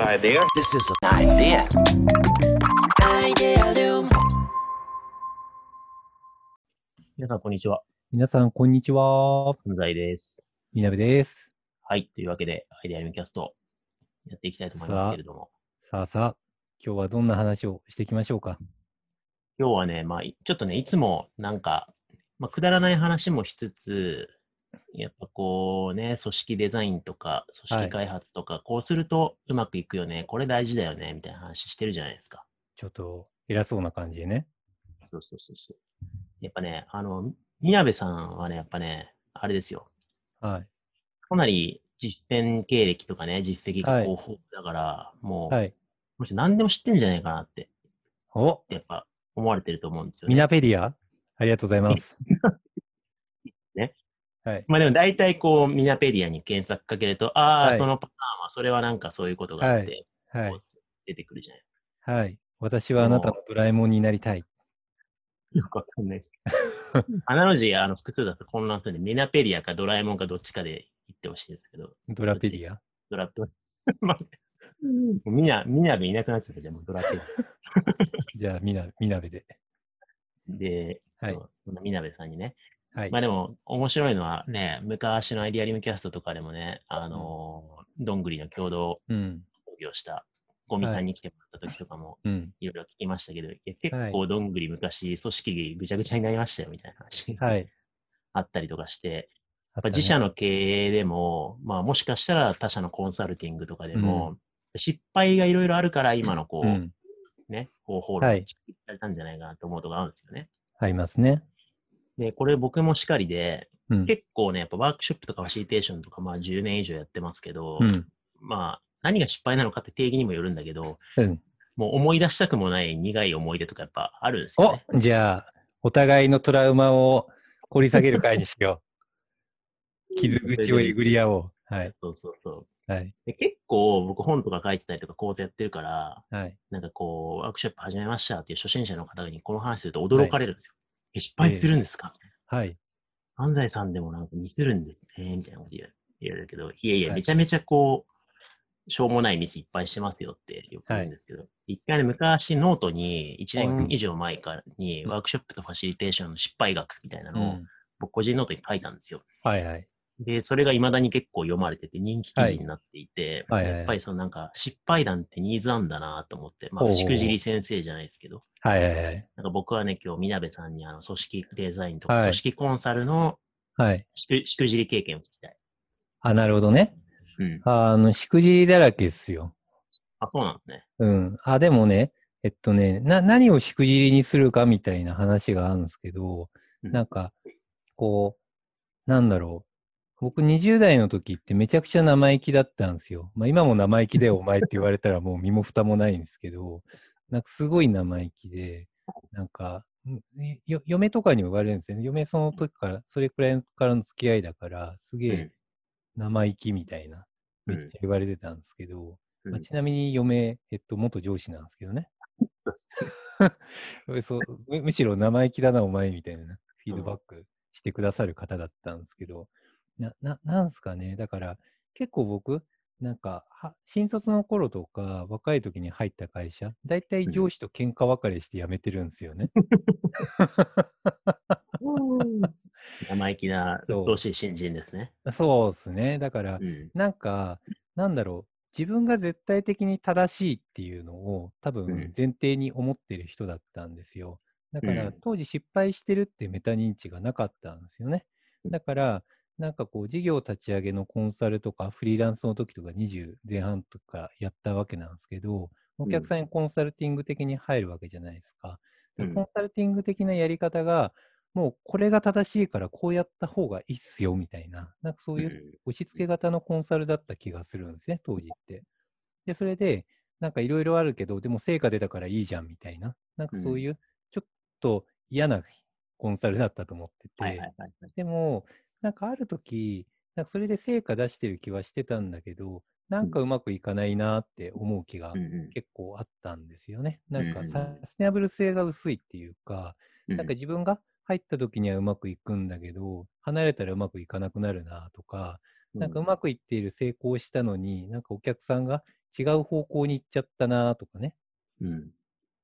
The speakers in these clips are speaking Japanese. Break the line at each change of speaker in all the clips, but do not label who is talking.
idea.
This is a
Idea.
皆さん、こんにちは。皆さん、こんにちは。
存在です。
みなべです。
はい。というわけで、アイデアリムキャスト、やっていきたいと思いますけれども。
さあさあ、今日はどんな話をしていきましょうか。
今日はね、まあ、いちょっとね、いつもなんか、まあ、くだらない話もしつつ、やっぱこうね、組織デザインとか、組織開発とか、こうするとうまくいくよね、これ大事だよね、みたいな話してるじゃないですか。
ちょっと偉そうな感じでね。
そうそうそうそう。やっぱね、あの、みなべさんはね、やっぱね、あれですよ。
はい。
かなり実践経歴とかね、実績が
はい
豊富だから、もう、
はい。
もし何でも知ってんじゃないかなって、
お
やっぱ思われてると思うんですよね。
ミナペディアありがとうございます。
ね。
はい。
まあでも大体こう、ミナペディアに検索かけると、ああ、
はい
そのパターンは、それはなんかそういうことがあって、
はい
こ。う出てくるじゃない。
はい。私はあなたのドラえもんになりたい。
よくわかんない。 アナロジー、あの、複数だと混乱するんで、ミナペディアかドラえもんかどっちかで言ってほしいんですけど、
ドラペディア。
ドラ と、まあ、ミナ、ミナベいなくなっちゃったじゃん、もうドラペディア。
じゃあ、みな、みなべで。
で、
はい。
そのミナベさんにね。
はい
まあ。でも、面白いのはね、昔のアイディアリムキャストとかでもね、あのーどんぐりの共同
うん。
創業したゴミさんに来てもらった時とかも、
うん。
いろいろ聞きましたけど、いや
はい
結構どんぐり昔、組織ぐちゃぐちゃになりましたよみたいな話が
はい。
あったりとかして、
や
ま
っ
あ自社の経営でも、まあもしかしたら他社のコンサルティングとかでも、失敗がいろいろあるから今のこう、
うん。
ね、方法
は
論
い
が作られたんじゃないかなと思うとこあるんですよね。
ありますね。
で、これ僕もしかりで、
うん。
結構ね、やっぱワークショップとかファシリテーションとかまあ10年以上やってますけど、
うん。
まあ何が失敗なのかって定義にもよるんだけど、
うん。
もう思い出したくもない苦い思い出とかやっぱあるんですよね。
おじゃあ、お互いのトラウマを掘り下げる会にしよう。傷口をえぐり合おう。はい。
そうそうそう。
はい。
で結構僕本とか書いてたりとか講座やってるから、
はい。
なんかこう、ワークショップ始めましたっていう初心者の方にこの話すると驚かれるんですよ。え失敗するんですか、
はい。
安西さんでもなんかミスるんですねみたいなこと言われ言われるけど、いやいや、
はい
めちゃめちゃこう、しょうもないミスいっぱいしてますよってよく言うんですけど、一回ね、昔ノートに1年以上前からに
うん
ワークショップとファシリテーションの失敗学みたいな
う
のを
ん。
僕個人ノートに書いたんですよ。
はいはい。
で、それが未だに結構読まれてて人気記事になっていて、
はいはいはい
やっぱりそのなんか失敗談ってニーズあんだなと思って、ま
ほう
あ、
ほう
し
ほう
くじり先生じゃないですけど、
はいはいはい。
なんか僕はね、今日、みなべさんにあの組織デザインとか、
はい
組織コンサルの
はい。
しくしくじり経験を聞きたい。
あ、なるほどね。
うん。
あの、しくじりだらけですよ。
あ、そうなんですね。
うん。あ、でもね、えっとね、な、何をしくじりにするかみたいな話があるんですけど、
うん
なんか、こう、なんだろう。僕20代の時ってめちゃくちゃ生意気だったんですよ。まあ今も生意気 でお前って言われたらもう身も蓋もないんですけど、なんかすごい生意気で、なんか、んえよ嫁とかにも言われるんですよね。嫁その時から、それくらいからの付き合いだから、すげえ生意気みたいな、
う
め
ん
っちゃ言われてたんですけど、
うん
まあ、ちなみに嫁、えっと、元上司なんですけ どね。そうむ むしろ生意気だな、お前みたいなフィードバックしてくださる方だったんですけど、な、な、なんすかね。だから、結構僕、なんか、は新卒の頃とか、若い時に入った会社、大体上司と喧嘩別れして辞めてるんですよね。
生意気な、
そう
鬱陶しい新人ですね。
そうですね。だから
う、ん。
なんか、なんだろう、自分が絶対的に正しいっていうのを多
うん
分前提に思ってる人だったんですよ。だか
う
ら
ん
当時失敗してるってメタ認知がなかったんですよね。だから、なんかこう事業立ち上げのコンサルとかフリーランスの時とか20前半とかやったわけなんですけど、お客さんにコンサルティング的に入るわけじゃないですか。で
うん
コンサルティング的なやり方が、もうこれが正しいからこうやった方がいいっすよみたいな、なんかそういう押し付け型のコンサルだった気がするんですね、当時って。で、それで、なんかいろいろあるけど、でも成果出たからいいじゃんみたいな、なんかそういう、ちょっと嫌なコンサルだったと思ってて、
はいはいはいはい。
でも、なんかある時、なんかそれで成果出してる気はしてたんだけど、なんかうまくいかないなって思う気が
うんう
結構あったんですよね。なん
う
か
ん
サステナブル性が薄いっていうか、
ん。
なんか自分が入った時にはうまくいくんだけど、離れたらうまくいかなくなるなとか、なんかうまくいっている、成功したのに、なんかお客さんが違う方向に行っちゃったなとかね、
うん。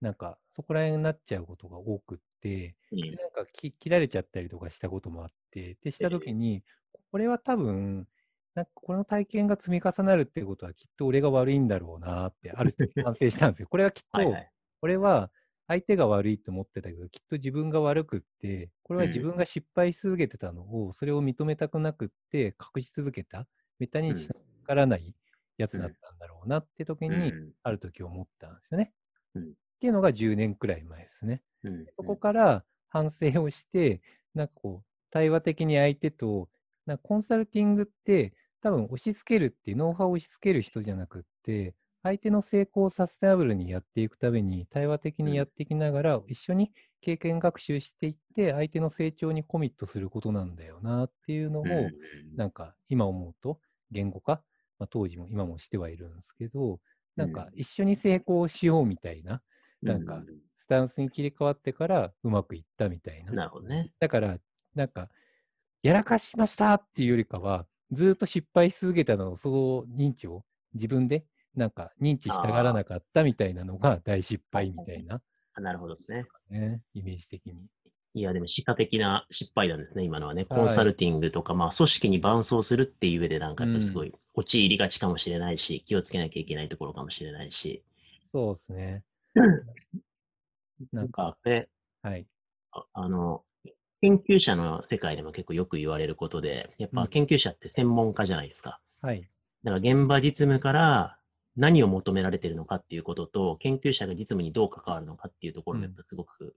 なんかそこら辺になっちゃうことが多くって、
うん
なんかき切られちゃったりとかしたこともあって、で、したときに、これは多分、なんかこの体験が積み重なるってことはきっと俺が悪いんだろうなって、ある時反省したんですよ。こ れはきっ
はい
と
は、い。
俺は相手が悪いと思ってたけど、きっと自分が悪くって、これは自分が失敗し続けてたのを、それを認めたくなくって、隠し続けた、メタ認知のわからないやつだったんだろうなって時に、ある時思ったんですよね。
うん
っていうのが10年くらい前ですね。
うんうん
そこから反省をして、なんかこう、対話的に相手と、なんかコンサルティングって、多分押し付けるっていう、ノウハウを押し付ける人じゃなくって、相手の成功をサステナブルにやっていくために、対話的にやっていきながら、一緒に経験学習していって、相手の成長にコミットすることなんだよなっていうのを、
うんうん
なんか今思うと言語化、まあ、当時も今もしてはいるんですけど、なんか
う
一緒に成功しようみたいな、なんか
う
スタンスに切り替わってからうまくいったみたいな。
なるほどね。
だから、なんか、やらかしましたっていうよりかは、ずーっと失敗し続けたのを、その認知を自分で、なんか認知したがらなかったみたいなのが大失敗みたいな、
あなるほどですね。
ね、イメージ的に。
いや、でも、歯科的な失敗なんですね、今のはね。
はい
コンサルティングとか、まあ、組織に伴走するっていう上で、なんか、すごい、陥りがちかもしれないし、気をつけなきゃいけないところかもしれないし。
そうですね。なんか、、
で、
はい。
ああの、研究者の世界でも結構よく言われることで、やっ
う
ぱ
ん
研究者って専門家じゃないですか。
はい。
だから現場実務から何を求められてるのかっていうことと、研究者が実務にどう関わるのかっていうところがや
うん
っぱすごく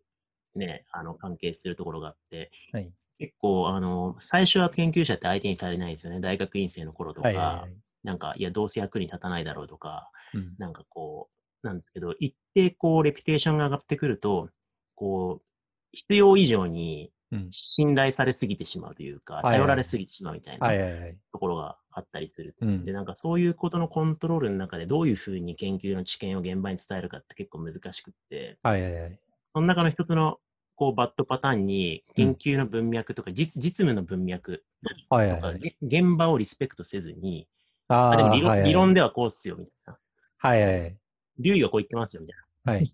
ね、あの関係してるところがあって、
はい。
結構あの、最初は研究者って相手にされないですよね。大学院生の頃とか、
はいはいはい。
なんか、いや、どうせ役に立たないだろうとか、
うん
なんかこう、なんですけど、一定こう、レピュテーションが上がってくると、こう、必要以上に
うん。
信頼されすぎてしまうというか、
いはい
頼られすぎてしまうみたい
はい
な
はいはい。
ところがあったりする
うん
で、。なんかそういうことのコントロールの中でどういうふうに研究の知見を現場に伝えるかって結構難しくって、
はいはいはい。
その中の一つのこうバッドパターンに
う
研
ん
究の文脈とか、じ実務の文脈
はい
と
はい
か、
はい。
げ現場をリスペクトせずに、
あ
あでも
ー
理論
はいはい
理論ではこうっすよみたいな、
はいはいはい。
竜がこう言ってますよみたい
はい。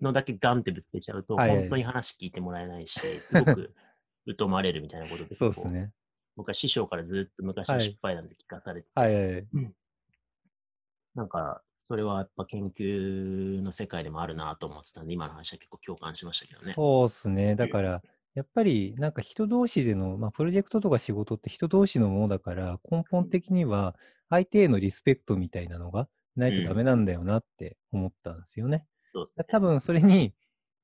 なのだけガンってぶつけちゃうと、
はいはい
本当に話聞いてもらえないし、すごく疎まれるみたいなことで
そうですね。
僕は師匠からずっと昔の失敗談で聞かされて
はいはいはい。
なんか、それはやっぱ研究の世界でもあるなと思ってたんで、今の話は結構共感しましたけどね。
そうですね。だから、やっぱりなんか人同士での、まあ、プロジェクトとか仕事って人同士のものだから、根本的には相手へのリスペクトみたいなのがないとダメなんだよなって思ったんですよね。
そうです
だ多分それに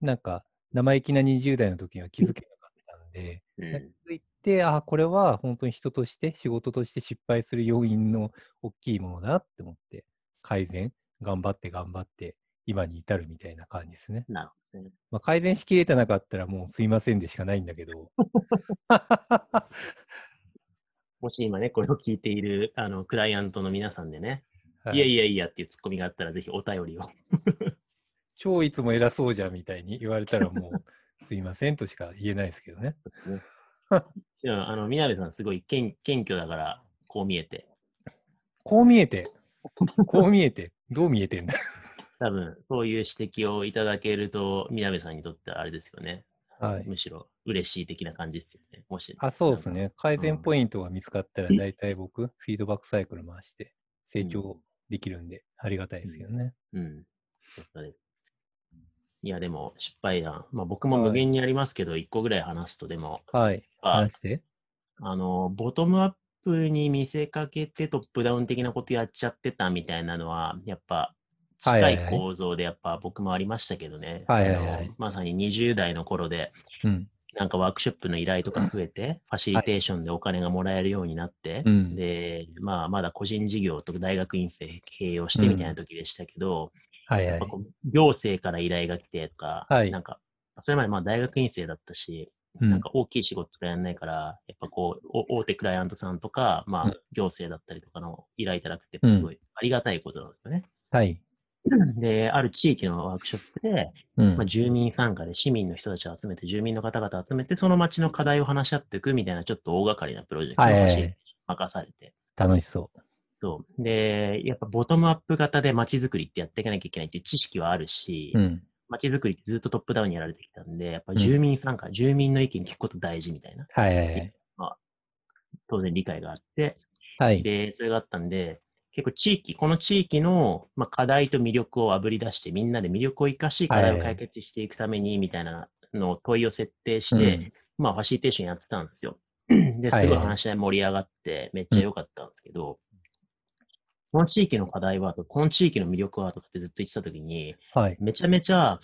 なんか生意気な20代の時には気づけなかったんで、
ね。うん
といって、あ、これは本当に人として、仕事として失敗する要因の大きいものだなって思って、改善、頑張って頑張って、今に至るみたいな感じですね。
なるほどね。
まあ、改善しきれてなかったらもうすいませんでしかないんだけど。
もし今ね、これを聞いているあのクライアントの皆さんでね、
は い
いやいやいやっていうツッコミがあったら、ぜひお便りを。
超いつも偉そうじゃんみたいに言われたらもうすいませんとしか言えないですけどね。
いやあの、みなべさん、すごい謙謙虚だから、こう見えて。
こう見えて、こう見えて、どう見えてんだ。
多分、そういう指摘をいただけると、みなべさんにとってはあれですよね。
はい
むしろ、嬉しい的な感じですよね。もし。
あ、そうですね。改善ポイントが見つかったら大体僕、フィードバックサイクル回して成長できるんでありがたいですけどね。
うん。やっぱりいや、でも失敗談。まあ僕も
はい
無限にありますけど、一個ぐらい話すと、でも、
はい。
あ
話して。
あの、ボトムアップに見せかけてトップダウン的なことやっちゃってたみたいなのは、やっぱ
はいは
近
いはい
い構造でやっぱ僕もありましたけどね。
はいはいはい
あのまさに20代の頃で、
うん。
なんかワークショップの依頼とか増えて、ファシリテーションでお金がもらえるようになって、
うん
で、まあまだ個人事業と大学院生併用してみたいな時でしたけど、
はいはい
やっぱ。こう行政から依頼が来てとか、
はい
なんか、それまでまあ大学院生だったし、
うん
なんか大きい仕事がやんないから、やっぱこう、お大手クライアントさんとか、ま
う
あ
ん、
行政だったりとかの依頼いただくって
う、ん
すごいありがたいことなんですよね。
はい。
で、ある地域のワークショップで、
うん
まあ、住民参加で市民の人たちを集めて、住民の方々集めて、その町の課題を話し合っていくみたいな、ちょっと大掛かりなプロジェクト
はい
を
はいはい
私任されて、
楽しそう。
そう。で、やっぱボトムアップ型で街づくりってやっていかなきゃいけないっていう知識はあるし、
うん。
街づくりってずっとトップダウンにやられてきたんで、やっぱ住民参加、住民の意見聞くこと大事みたいな、
はいはいはい。
当然理解があって、
はい。
で、それがあったんで、結構地域、この地域の、まあ、課題と魅力をあぶり出して、みんなで魅力を生かし、課題を解決していくために、みたいなのを問いを設定して、
うん
まあ、ファシリテーションやってたんです よ。で、
はい
すごい話し合い盛り上がって、めっちゃ良かったんですけど、この地域の課題は、この地域の魅力は、とかってずっと言ってたときに、
はい。
めちゃめちゃ、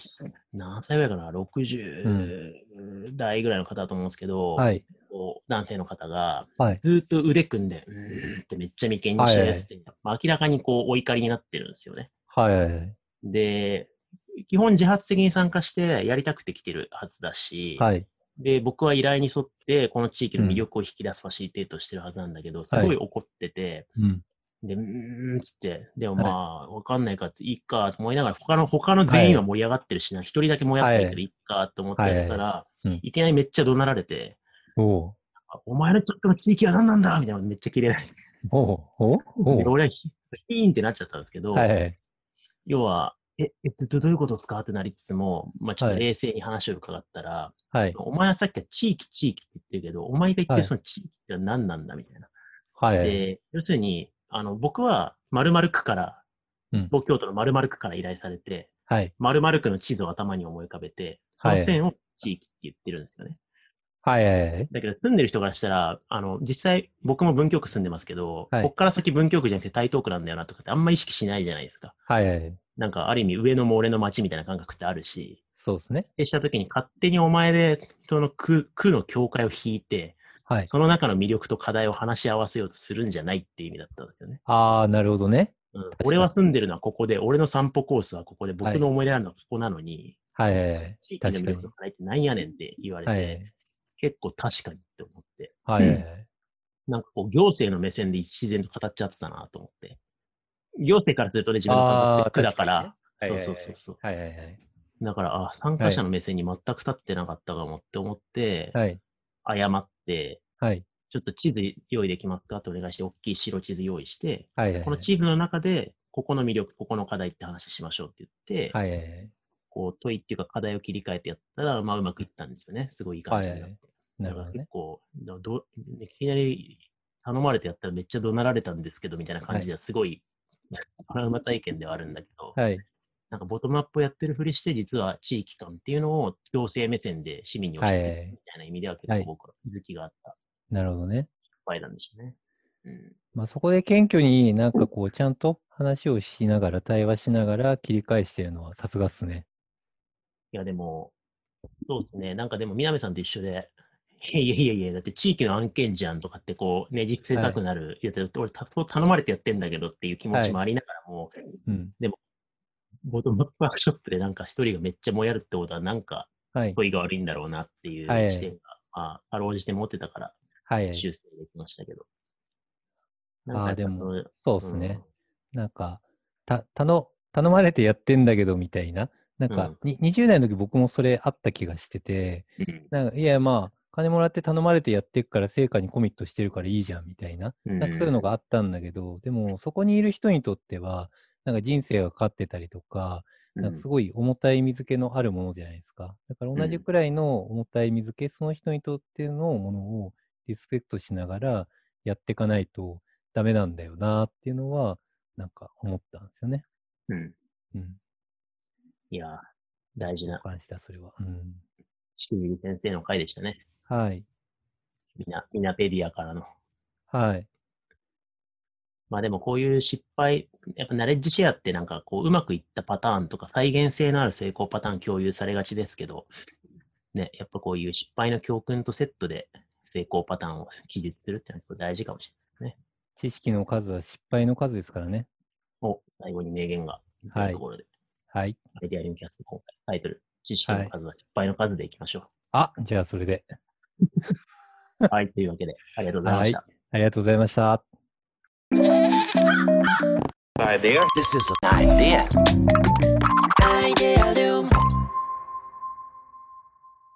何歳ぐらいかな、
う
60代ぐらいの方だと思うんですけど、
はい。
こう男性の方が、
はい
ずーっと腕組んで、うーんってめっちゃ眉間にしやすって、まあ明らかにこうお怒りになってるんですよね。
はいはいはい。
で、基本自発的に参加してやりたくて来てるはずだし、
はい。
で、僕は依頼に沿ってこの地域の魅力を引き出すファシリテートをしてるはずなんだけど、すごい怒ってて、
うん。
で、うーんっつって、でもまあ、わかんないから、いいかと思いながら、他の、他の全員は盛り上がってるしな、一、人だけもやってるけど、
はい
いっかと思ってやってたら、
い
い
はいうん
きなりめっちゃ怒鳴られて、
おう
お前のちょっとの地域は何なんだみたいなのめっちゃ切れられて、
おうおう
で
おう
俺はヒヒーンってなっちゃったんですけど、
はいはい。
要は、え、えっと、どどういうことですかってなりつつも、まあ、ちょっと冷静に話を伺ったら、
はい
そ。のお前はさっきは地域、地域って言ってるけど、お前が言って
はい
るその地域って何なんだみたいな。
はいはい。
で、要するに、あの、僕は〇〇区から、
うん
東京都の〇〇区から依頼されて、
はい。
〇〇区の地図を頭に思い浮かべて、そ
は
の
い
線を地域って言ってるんですよね。
はいはいはい。
だけど住んでる人からしたら、あの、実際僕も文京区住んでますけど、
はい
こっから先文京区じゃなくて台東区なんだよなとかってあんま意識しないじゃないですか。
はいはい。
なんかある意味上のも俺の街みたいな感覚ってあるし、
そうですね。
ってした時に勝手にお前でその区区の境界を引いて、
はい。
その中の魅力と課題を話し合わせようとするんじゃないって意味だったんですよね。
ああ、なるほどね。
うん
かに
俺は住んでるのはここで、俺の散歩コースはここで、僕の思い出あるのはここなのに、
はいはいはい。
地域の
確
魅
かに
力。と課題ってなんやねんって言われて、
はいはい。
結構確かにって思って。
はいはいはい。
なんかこう、行政の目線で自然と語っちゃってたなと思って。行政からするとね、自分の感覚
あ
っ
あ、
て苦だから、
確にね。
そうそうそうそう
はいはいはい。
だから、あ参加者の目線に全く立ってなかったかもって思って、
はい。
謝って、
はい。
ちょっと地図用意できますかってお願いして、大きい白地図用意して、
はいはい。
この地図の中で、ここの魅力、ここの課題って話しましょうって言って、
はいはいはい。
こう問いっていうか課題を切り替えてやったら、まあうまくいったんですよね。すごいいい感じになって。だ
な
から
るほど
結
ね。
構、だどいきなり頼まれてやったらめっちゃ怒鳴られたんですけどみたいな感じではすごい、トラウマ体験ではあるんだけど、
はい。
なんかボトムアップをやってるふりして、実は地域感っていうのを行政目線で市民に押し付け
は
て
いはい
みたいな意味では結
は
構
い
僕は気づきがあった
なるほどね。
場合なんでしょうね。うん、
まあ、そこで謙虚になんかこう、ちゃんと話をしながら、対話しながら切り返してるのはさすがっすね。
いや、でも、そうですね。なんかでも、南さんと一緒で、いやいやいやいや、だって地域の案件じゃんとかって、こう、ねじ伏せたくなる、いや、だって俺た、頼まれてやってんだけどっていう気持ちもありながらも、
うん。
ボトムアップワークショップでなんか一人がめっちゃもやるってことはなんか
はい。
声が悪いんだろうなっていう
はい
視点が、まあ、かろうじて持ってたか
はいは
ら
い。
修正できましたけど。
ああ、でも、そうですね。
う
なんか、た、頼、頼まれてやってんだけどみたいな。なんか、に20代の時僕もそれあった気がしてて、
ん
なんか、いや、まあ、金もらって頼まれてやってくから、成果にコミットしてるからいいじゃんみたいな。
うん
なんかそういうのがあったんだけど、でもそこにいる人にとっては、なんか人生がかかってたりとか、なんかす
うん
ごい重たい水気のあるものじゃないですか。だから同じくらいの重たい水気、その人にとってのものをリスペクトしながらやっていかないとダメなんだよなっていうのは、なんか思ったんですよね。
うん
うん。
いやー、大事な、
感じた、それは。うん。
しくじり先生の回でしたね。
はい。
みな、みなペディアからの。
はい。
まあでもこういう失敗、やっぱナレッジシェアってなんかこううまくいったパターンとか再現性のある成功パターン共有されがちですけど、ね、やっぱこういう失敗の教訓とセットで成功パターンを記述するってのは結構大事かもしれないですね。
知識の数は失敗の数ですからね。
お、最後に名言が、
はい
ところで、
はい。
アイデアリンキャスト今回タイトル、知識の数は失敗の数でいきましょ
あ、じゃあそれで。
う。はい、というわけで、ありがとうございました。
ありがとうございました。
Idea Loom.